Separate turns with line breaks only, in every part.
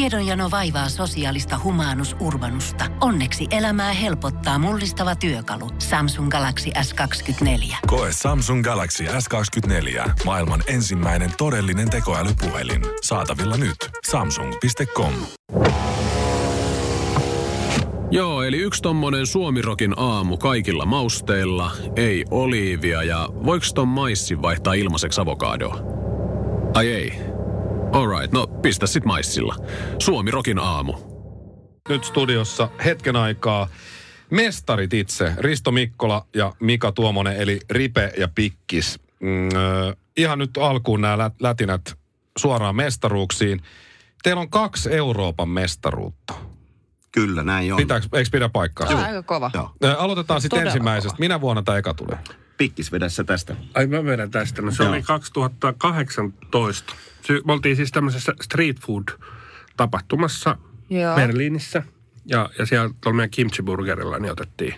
Tiedonjano vaivaa sosiaalista humanus urbanusta. Onneksi elämää helpottaa mullistava työkalu. Samsung Galaxy S24.
Koe Samsung Galaxy S24. Maailman ensimmäinen todellinen tekoälypuhelin. Saatavilla nyt. Samsung.com.
Joo, eli yksi tommonen suomirokin aamu kaikilla mausteilla, ei oliivia ja voiko ton maissi vaihtaa ilmaiseksi avokadoa? Ai ei. Alright, no pistä sit maissilla. Suomirokin aamu.
nyt studiossa hetken aikaa mestarit itse, Risto Mikkola ja Mika Tuomonen, eli Ripe ja Pikkis. Mm, ö, ihan nyt alkuun nämä lä- lätinät suoraan mestaruuksiin. Teillä on kaksi Euroopan mestaruutta.
Kyllä, näin on.
Pitääks, eikö pidä paikkaa?
Tämä on aika kova.
Joo.
Aloitetaan sitten
Todella
ensimmäisestä. Minä vuonna tämä eka tuli?
Pikkis vedä se tästä.
Ai mä vedän tästä. No, se
Joo.
oli 2018. Sy- Me oltiin siis tämmöisessä street food-tapahtumassa
Joo.
Berliinissä. Ja, ja siellä tuolla meidän kimchiburgerilla niin otettiin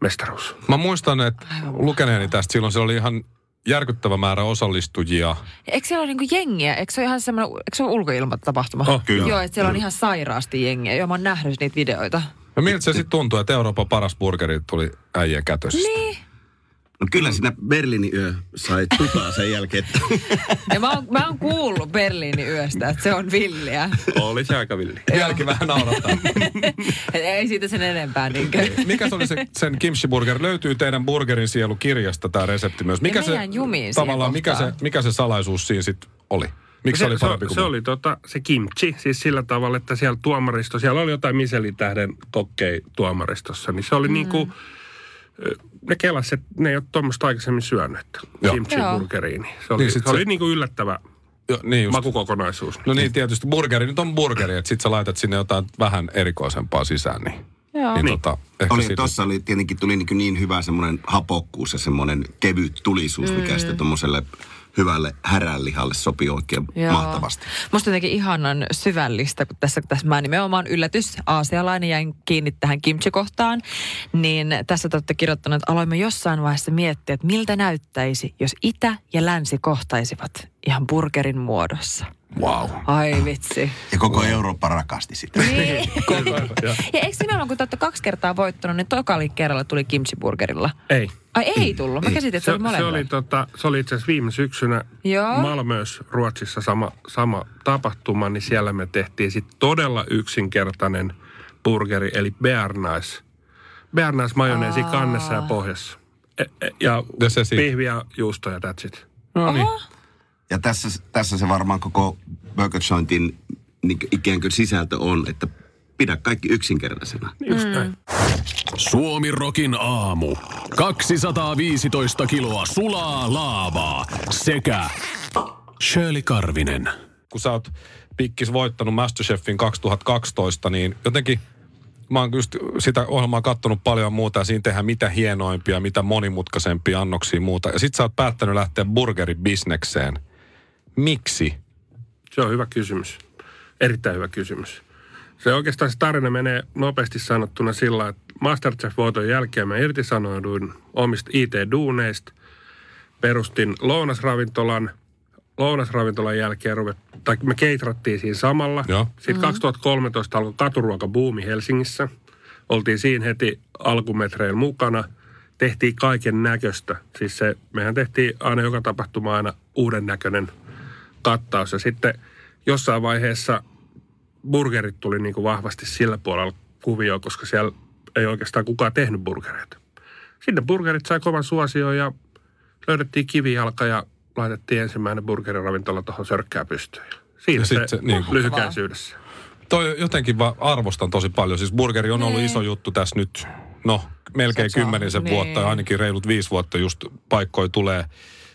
mestaruus.
Mä muistan, että lukeneeni tästä silloin. Se oli ihan järkyttävä määrä osallistujia.
Eikö siellä ole niinku jengiä? Eikö se ole ihan semmoinen, eikö se ole ulkoilmatapahtuma?
Oh,
kyllä.
Joo, että siellä on ihan sairaasti jengiä. Joo, mä oon nähnyt niitä videoita.
No miltä se sitten tuntuu, että Euroopan paras burgeri tuli äijän kätöstä?
Niin.
No kyllä sinä Berliinin yö sai tutaa sen jälkeen. että-
Ja mä oon, mä oon kuullut Berliinin yöstä, että se on villiä.
Oli se aika villi.
Jälki vähän naurattaa.
Et ei siitä sen enempää niinkö.
Mikä se oli se, sen kimchi-burger? Löytyy teidän burgerin sielu kirjasta tämä resepti myös. Mikä
Ja mä
se,
jään jumiin siihen
tavallaan, mikä se,
kohtaan.
mikä se salaisuus siinä sitten oli? Miksi se, oli
se,
parempi kuin
se
muu?
oli tota, se kimchi, siis sillä tavalla, että siellä tuomaristo, siellä oli jotain miselitähden kokkei tuomaristossa, niin se oli mm. niin kuin, ne kelas, että ne ei ole tuommoista aikaisemmin syönyt, että
Joo.
kimchi-burgeriin. niin Se oli,
Niin
niin
sit se-
se oli niin kuin yllättävä
Jo, niin just.
makukokonaisuus.
No niin, tietysti burgeri nyt on burgeri, että sit sä laitat sinne jotain vähän erikoisempaa sisään, niin,
Joo.
niin,
Niin.
tota, ehkä
Oli,
siitä-
tossa oli, tietenkin tuli niin, niin hyvä semmoinen hapokkuus ja semmoinen kevyt tulisuus, mikä
Mm.
sitten tuommoiselle hyvälle häränlihalle sopii oikein
Joo.
mahtavasti.
Musta jotenkin ihanan syvällistä, kun tässä, kun tässä mä nimenomaan yllätys, aasialainen, jäin kiinni tähän kimchi-kohtaan, niin tässä te olette kirjoittanut, että aloimme jossain vaiheessa miettiä, että miltä näyttäisi, jos itä ja länsi kohtaisivat ihan burgerin muodossa.
Wow.
Ai vitsi.
Ja koko Eurooppa rakasti sitä.
Niin.
No,
Joo.
ja eikö nimenomaan, kun te olette kaksi kertaa voittanut, niin toka kerralla tuli kimchi-burgerilla?
Ei.
Ai ei tullut, mä käsitin, että se,
Se,
oli
se,
molemmilla.
oli, tota, se oli itse asiassa viime syksynä
Joo.
Malmös Ruotsissa sama, sama tapahtuma, niin siellä me tehtiin sit todella yksinkertainen burgeri, eli bearnais. Bearnais majoneesi
Aa.
kannessa ja pohjassa. E, e, ja
Ja se siitä.
pihviä, juustoja, that's it.
No niin.
Ja tässä, tässä se varmaan koko Burger Jointin niin ikään kuin sisältö on, että pidä kaikki yksinkertaisena.
Just mm. näin.
Suomirokin aamu. 215 kiloa sulaa laavaa sekä Shirley Karvinen.
kun sä oot pikkis voittanut Masterchefin 2012, niin jotenkin mä oon just sitä ohjelmaa kattonut paljon ja muuta ja siinä tehdään mitä hienoimpia, mitä monimutkaisempia annoksia ja muuta. Ja sit sä oot päättänyt lähteä burgeribisnekseen. Miksi?
Se on hyvä kysymys. Erittäin hyvä kysymys. Se oikeastaan se tarina menee nopeasti sanottuna sillä, että Masterchef-voiton jälkeen mä irtisanouduin omista IT-duuneista, perustin lounasravintolan, lounasravintolan jälkeen ruvet, tai me keitrattiin siinä samalla.
Joo.
Sitten 2013 alkoi katuruokabuumi Helsingissä. Oltiin siinä heti alkumetreillä mukana. Tehtiin kaiken näköistä. Siis se, mehän tehtiin aina joka tapahtuma aina uuden näköinen kattaus. Ja sitten jossain vaiheessa burgerit tuli niin kuin vahvasti sillä puolella kuvioon, koska siellä ei oikeastaan kukaan tehnyt burgereita. Sitten burgerit sai kovan suosion ja löydettiin kivijalka ja laitettiin ensimmäinen burgeriravintola tuohon sörkkään pystyyn. Siinä
Ja
se,
sit se,
se
niin
niin
kuin-
lyhykäisyydessä.
Toi jotenkin vaan arvostan tosi paljon. Siis burgeri on ollut iso juttu tässä nyt, no melkein
Se on-
kymmenisen
niin.
vuotta ja ainakin reilut viisi vuotta just paikkoja tulee,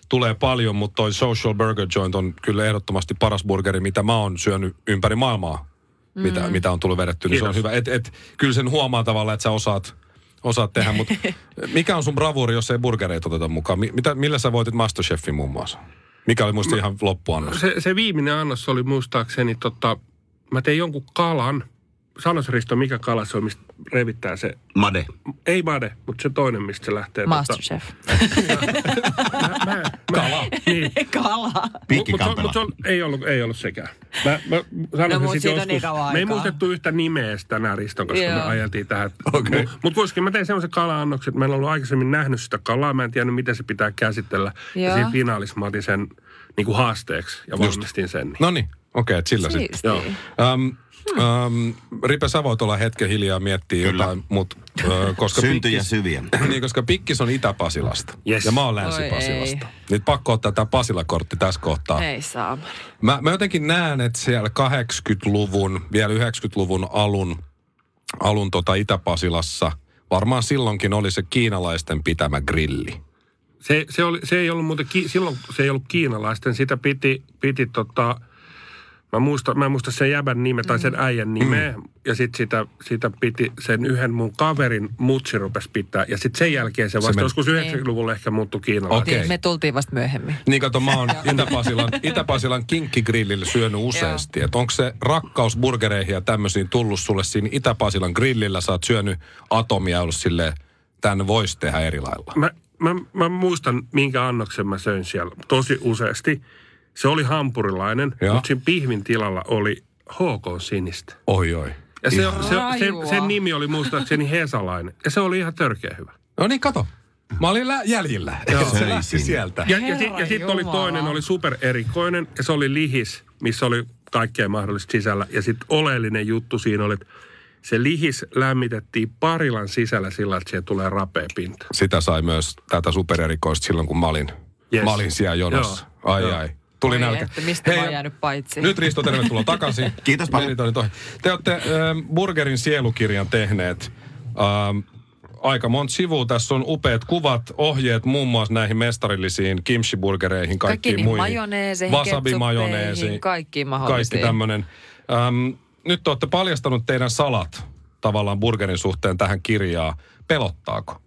tulee paljon, mutta toi Social Burger Joint on kyllä ehdottomasti paras burgeri, mitä mä oon syönyt ympäri maailmaa, mitä, mitä on tullut vedetty. Niin se on
Kiitos.
hyvä. Et, et, kyllä sen huomaa tavallaan, että sä osaat, osaat tehdä, mutta mikä on sun bravuuri, jos ei burgereita oteta mukaan? Mi- Mitä, millä sä voitit Masterchefin muun muassa? Mikä oli muista ihan loppuannos?
Se, se viimeinen annos oli muistaakseni, tota, mä tein jonkun kalan. Sanois Risto, mikä kala se on, mistä revittää se.
Made.
Ei made, mutta se toinen, mistä se lähtee. tota-
Masterchef.
mä, mä,
Kala.
Niin.
Kala.
Piikkikapela.
Mutta ei ollut, ei ollut sekään. Mä, mä
No, mut
sanoin
siitä
no, sitten
on
joskus.
niin kauan
me ei
aikaa.
muistettu yhtä nimeä sitä tänään Riston kanssa, kun me
Joo.
ajeltiin tähän.
Okei.
Mutta mut kuitenkin mä tein semmoisen kala-annoksen, että mä en ollut aikaisemmin nähnyt sitä kalaa. Mä en tiennyt, miten se pitää käsitellä. Ja
Joo.
siinä finaalissa mä otin sen niin kuin haasteeksi ja valmistin sen. Niin.
No niin, okei, okay, sillä sitten.
Siistiä.
Joo.
Öm,
Hmm.
öm, Ripe, sä voit olla hetken hiljaa miettiä Kyllä. jotain, mutta koska,
Syntyjä
pikkis,
syviä.
niin, koska Pikkis on Itä-Pasilasta
Yes.
ja mä oon
Oi
Länsi-Pasilasta.
ei.
Nyt pakko ottaa tämä Pasila-kortti tässä kohtaa.
Ei saa.
Mä, mä jotenkin näen, että siellä 80-luvun, vielä 90-luvun alun, alun tota Itä-Pasilassa, varmaan silloinkin oli se kiinalaisten pitämä grilli.
Se, se, oli, se ei ollut muuten, ki, silloin se ei ollut kiinalaisten, sitä piti, piti tota, mä muistan, mä en muista sen jäbän nimeä tai sen äijän nimeä, mm. ja sitten sitä, sitä piti sen yhden mun kaverin mutsi rupesi pitää, ja sitten sen jälkeen se vasta
meni- Niin.
se joskus 90-luvulla ehkä muuttui kiinalaiseksi.
Okei.
Niin, me tultiin vasta myöhemmin.
Niin kato, mä oon Itä-Pasilan, Itä-Pasilan kinkkigrillillä syönyt useasti. Että onko se rakkausburgereihin ja tämmöisiin tullut sulle siinä Itä-Pasilan grillillä? Sä oot syönyt atomia ja ollut silleen, tämän voisi tehdä eri lailla.
Mä, mä, mä muistan, minkä annoksen mä söin siellä tosi useasti. Se oli hampurilainen,
Joo.
mutta siinä pihvin tilalla oli HK Sinistä.
Oi, oi.
Ja se, se, se,
Rajua.
sen nimi oli muistaakseni Hesalainen, ja se oli ihan törkeä hyvä.
No niin, kato. Mä olin lä- jäljillä. Se lähti sieltä.
Ja, ja, si- ja
Herra
sitten oli
Jumala.
toinen, oli supererikoinen, ja se oli lihis, missä oli kaikkea mahdollista sisällä. Ja sitten oleellinen juttu siinä oli, että se lihis lämmitettiin parilan sisällä sillä, että siihen tulee rapea pinta.
Sitä sai myös tätä supererikoista silloin, kun mä olin, yes.
Yes.
mä olin siellä jonossa.
Joo.
Ai
Joo.
ai. Tuli
Oi
nälkä.
että, mistä mä oon jäänyt paitsi.
Nyt Risto, tervetuloa takaisin.
Kiitos paljon.
Meni toi nyt ohi. Te olette äh, Burgerin sielukirjan tehneet. Ähm, aika monta sivua. Tässä on upeat kuvat, ohjeet muun muassa näihin mestarillisiin kimchi-burgereihin, kaikkiin
niihin
muihin.
majoneeseihin,
Wasabi-majoneesiin.
ketsuppeihin, kaikkiin
Kaikki
mahdollisiin.
tämmöinen. Ähm, nyt te olette paljastanut teidän salat tavallaan burgerin suhteen tähän kirjaan. Pelottaako?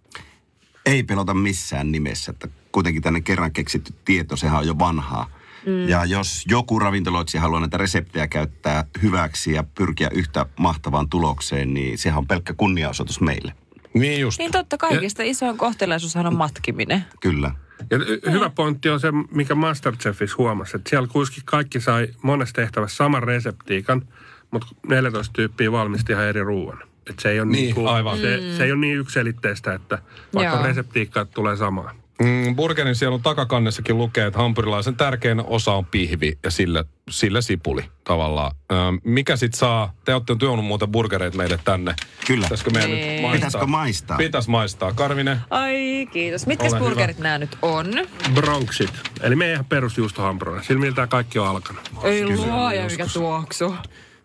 ei pelota missään nimessä. Että kuitenkin tänne kerran keksitty tieto, sehän on jo vanhaa. Mm. Ja jos joku ravintoloitsija haluaa näitä reseptejä käyttää hyväksi ja pyrkiä yhtä mahtavaan tulokseen, niin sehän on pelkkä kunniaosoitus meille.
Niin just.
Niin totta, kaikista isoin kohtelaisuushan on matkiminen.
Kyllä.
Ja y- hyvä pointti on se, mikä Masterchefissa huomasi, että siellä kuitenkin kaikki sai monessa tehtävässä saman reseptiikan, mutta 14 tyyppiä valmisti ihan eri ruoan. Et se ei ole
Niin,
niin, kuin,
aivan.
Se, se ei ole niin yksiselitteistä, että vaikka
Mm. Joo.
reseptiikka tulee samaa.
Mm, burgerin sielun takakannessakin lukee, että hampurilaisen tärkein osa on pihvi ja sillä, sillä sipuli tavallaan. Ö, mikä sit saa, te olette tuonut muuten burgereita meille tänne.
Kyllä.
Pitäisikö meidän
Niin.
nyt maistaa?
Pitäisikö maistaa?
Pitäis maistaa. Karvinen,
Ai kiitos. Mitkä
Ole
burgerit nämä nyt on?
Bronxit, eli meidän ihan perusjuustohampurilla. Sillä miltä kaikki on alkanut.
Ei luoja, mikä tuoksu.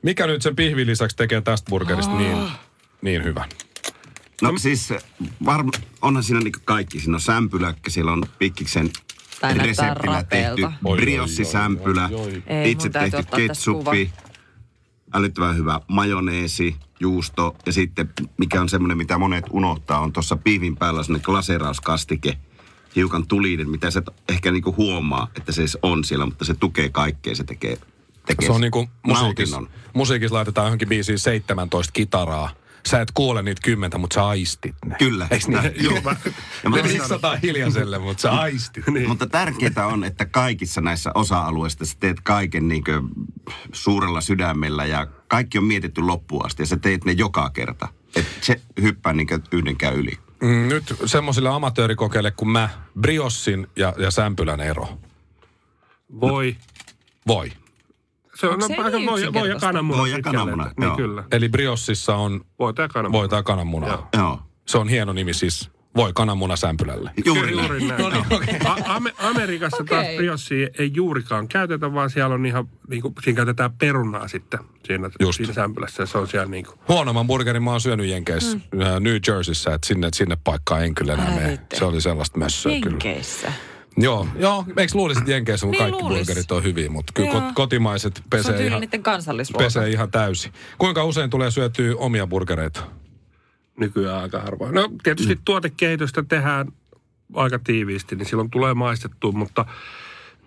mikä nyt sen pihvin lisäksi tekee tästä burgerista niin, niin hyvän?
No siis varm- onhan siinä niinku kaikki. Siinä on sämpyläkkä, siellä on pikkiksen
Tää näyttää
reseptillä tehty
rapeelta.
Oi, oi,
briossisämpylä,
oi, oi,
oi.
itse
Ei, mun täytyy
tehty
ottaa tästä
ketsuppi, älyttömän hyvä majoneesi, juusto ja sitten mikä on semmoinen, mitä monet unohtaa, on tuossa piivin päällä semmoinen glaseerauskastike, hiukan tulinen, mitä sä et ehkä niinku huomaa, että se edes on siellä, mutta se tukee kaikkea, se tekee, tekee
Se on niinku musiikissa,
nautinnon.
musiikissa laitetaan johonkin biisiin 17 kitaraa. Sä et kuule niitä kymmentä, mutta sä aistit ne.
Kyllä.
Eiks niin?
Joo, Niin. mä-
mä...
mä-
Ne miksataan hiljaiselle, mutta sä aistit.
Mutta tärkeää on, että kaikissa näissä osa-alueissa sä teet kaiken niin suurella sydämellä ja kaikki on mietitty loppuun asti ja sä teet ne joka kerta. Et se hyppää niin yhdenkään yli.
Mm, nyt semmoisille amatöörikokeille kuin mä, briossin ja, ja sämpylän ero.
Voi.
Voi.
Se on
Onks se
no, aika
niin
voi, voi ja
yksinkertaista?
kananmuna.
Voi ja
pitkälle.
kananmuna,
Niin
joo.
kyllä.
Eli briossissa on
Voi ja kananmuna.
voi tai kananmuna.
Joo.
Joo.
Se on hieno nimi siis. Voi kananmuna sämpylälle.
Juuri
Kyllä,
näin.
juuri näin. A- Ame- Amerikassa
Okei.
taas briossia ei juurikaan käytetä, vaan siellä on ihan, niin kuin, siinä käytetään perunaa sitten siinä,
Just.
siinä sämpylässä. Se on siellä niin kuin.
Huonomman burgerin mä oon syönyt Jenkeissä, mm. New Jerseyssä, että sinne, sinne paikkaan en kyllä enää
Älä
mene.
vittu.
Se oli sellaista mössöä kyllä.
Jenkeissä.
Joo, joo, eikö luulisi, että Jenkeissä mun
Niin
kaikki
luulis.
burgerit on hyviä, mutta kyllä
Joo.
kot- kotimaiset
Se on
pesee
tyyli
ihan,
niiden kansallisruoka.
pesee ihan täysi. Kuinka usein tulee syötyä omia burgereita?
nykyään aika harvoin. No tietysti mm. tuotekehitystä tehdään aika tiiviisti, niin silloin tulee maistettua, mutta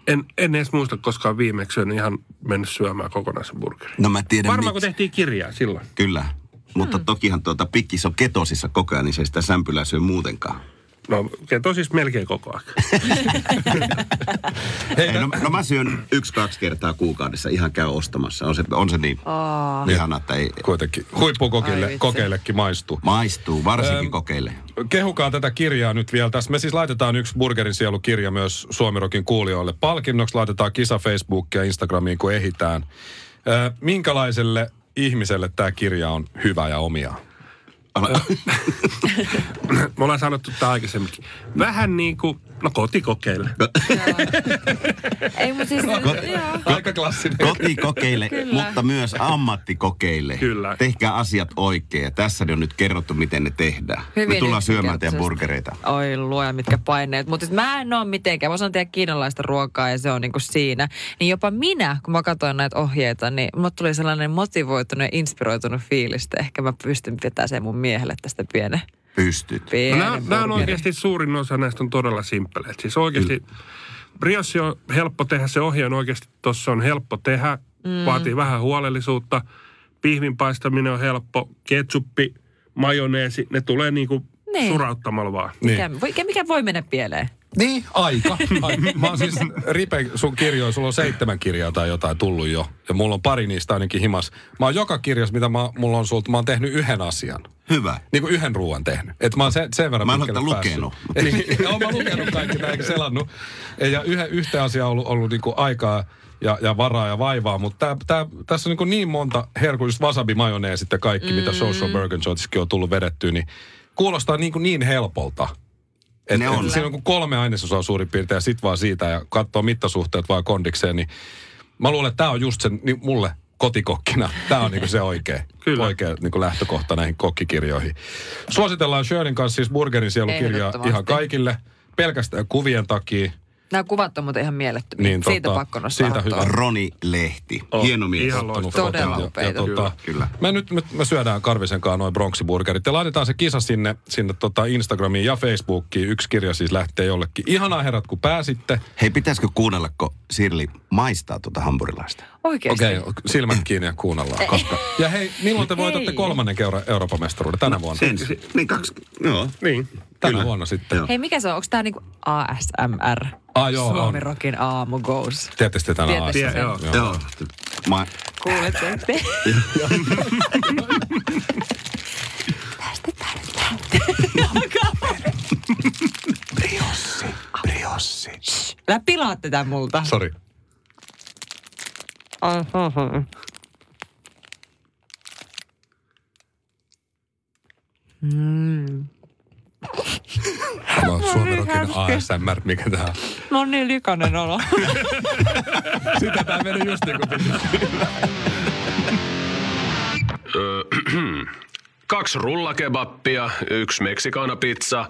en, en edes muista koskaan viimeksi on ihan mennyt syömään kokonaisen burgerin.
No mä tiedän
Varmaan kun Mm.
miksi.
tehtiin kirjaa silloin.
Kyllä. Mutta tokihan tuota pikkis on ketosissa koko ajan, niin se ei sitä sämpylää syö muutenkaan.
No, keto siis melkein koko ajan.
Ei, no, no mä syön yksi-kaksi kertaa kuukaudessa, ihan käy ostamassa. On se, on se niin oh. ihana, että ei
Kuitenkin
Ai
huippukokille
vitsi.
kokeillekin maistuu.
maistuu, varsinkin
Öm.
kokeille.
Kehukaa tätä kirjaa nyt vielä tässä. Me siis laitetaan yksi Burgerin sielukirja myös Suomirokin kuulijoille. Palkinnoksi laitetaan kisa Facebookia ja Instagramiin, kun ehitään. Ö, Minkälaiselle ihmiselle tämä kirja on hyvä ja omia?
Me ollaan sanottu tämä aikaisemminkin. Vähän niin kuin, no kotikokeille.
Ei, mutta siis... joo.
Aika klassinen.
Kotikokeille,
Kyllä.
mutta myös ammattikokeille.
Kyllä.
Tehkää asiat oikein. Ja Tässä on nyt kerrottu, miten ne tehdään. Me
Hyvin
tullaan syömään teidän
yksinkertaisesti.
burgereita.
Oi luoja, mitkä paineet. Mutta mä en oo mitenkään. Mä osaan tehdä kiinalaista ruokaa ja se on niinku siinä. Niin jopa minä, kun mä katsoin näitä ohjeita, niin mulle tuli sellainen motivoitunut ja inspiroitunut fiilis, että ehkä mä pystyn vetämään sen mun miehelle tästä pienen.
Pystyt.
No,
pienen
nämä, nämä on
burgerin.
oikeasti suurin osa näistä on todella simppeleitä. Siis oikeasti brioche on helppo tehdä, se ohje on oikeasti tuossa on helppo tehdä, mm. vaatii vähän huolellisuutta. Pihvin paistaminen on helppo, ketsuppi, majoneesi, ne tulee niinku
Niin.
niin. surauttamalla vaan.
Mikä, mikä, mikä voi mennä pieleen?
Niin, aika. aika. Mä oon siis, Ripe, sun kirjoja, sulla on seitsemän kirjaa tai jotain tullut jo. Ja mulla on pari niistä ainakin himas. Mä oon joka kirjas, mitä mä, mulla on sulta, mä oon tehnyt yhden asian.
Hyvä.
Niin kuin yhden ruoan tehnyt. Et mä oon sen, sen verran
Mä en ole
pitkälle
tätä
päässyt.
lukenut.
Ei, niin, oon mä lukenut kaikki nämä, eikä selannut. Ja yhä, yhtä asiaa on ollut, ollut niin kuin aikaa ja, ja varaa ja vaivaa, mutta tää, tää, tässä on niin, kuin niin monta herkku, just wasabi, majoneesit ja kaikki, mm. mitä Social Burger Jointissakin on tullut vedettyä, niin kuulostaa niin, kuin niin helpolta. Et,
Ne on.
Et siinä on kuin kolme ainesosaa suurin piirtein ja sit vaan siitä ja katsoo mittasuhteet vaan kondikseen, niin mä luulen, että tämä on just sen, niin mulle kotikokkina. Tämä on niinku se oikea,
Kyllä.
oikea niinku lähtökohta näihin kokkikirjoihin. Suositellaan Shirley kanssa siis Burgerin sielukirjaa
Ehdottomasti.
ihan kaikille. Pelkästään kuvien takia.
Nämä kuvat on muuten ihan mielettömiä.
Niin,
siitä
tota,
pakko nostaa
siitä
hattua.
hyvä.
Roni Lehti.
Oh,
Hieno mies.
ihan
ottanut
loistava.
foton
Todella
ja-
upeita.
ja tota,
Kyllä.
Me nyt me, me syödään Karvisenkaan noin bronksiburgerit ja laitetaan se kisa sinne, sinne tota Instagramiin ja Facebookiin. Yksi kirja siis lähtee jollekin. Ihanaa herrat, kun pääsitte.
Hei, pitäisikö kuunnella, kun Sirli maistaa tuota hampurilaista?
Oikeasti.
Okei, okay, silmät kiinni ja kuunnellaan. Koska... Ja hei, milloin te voitatte
Hei.
kolmannen keura- Euroopan mestaruuden? Tänä vuonna.
Ensi. Niin kaksi. Joo.
Niin.
Tänä
Kyllä.
vuonna sitten.
Joo.
Hei, mikä se on? Onko tämä niinku ASMR?
Ah, joo, on.
Suomi Rockin aamu goes.
Tiedätte sitä tänä
Tiedätte
aamuna.
Tie, joo.
Joo. Joo. Ma-
Kuulette?
Priossi.
Älä pilaa tätä multa.
Sori. Tämä on Suomen rokin ASMR, mikä tämä on.
Mä oon niin likainen olo.
Sitä tämä meni just niin kuin piti.
Kaksi rullakebappia, yksi meksikana-pizza,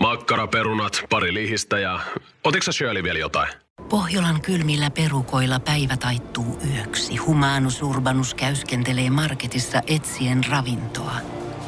makkaraperunat, pari lihistä ja... Otitko sä Shirley vielä jotain?
Pohjolan kylmillä perukoilla päivä taittuu yöksi. Humanus Urbanus käyskentelee marketissa etsien ravintoa.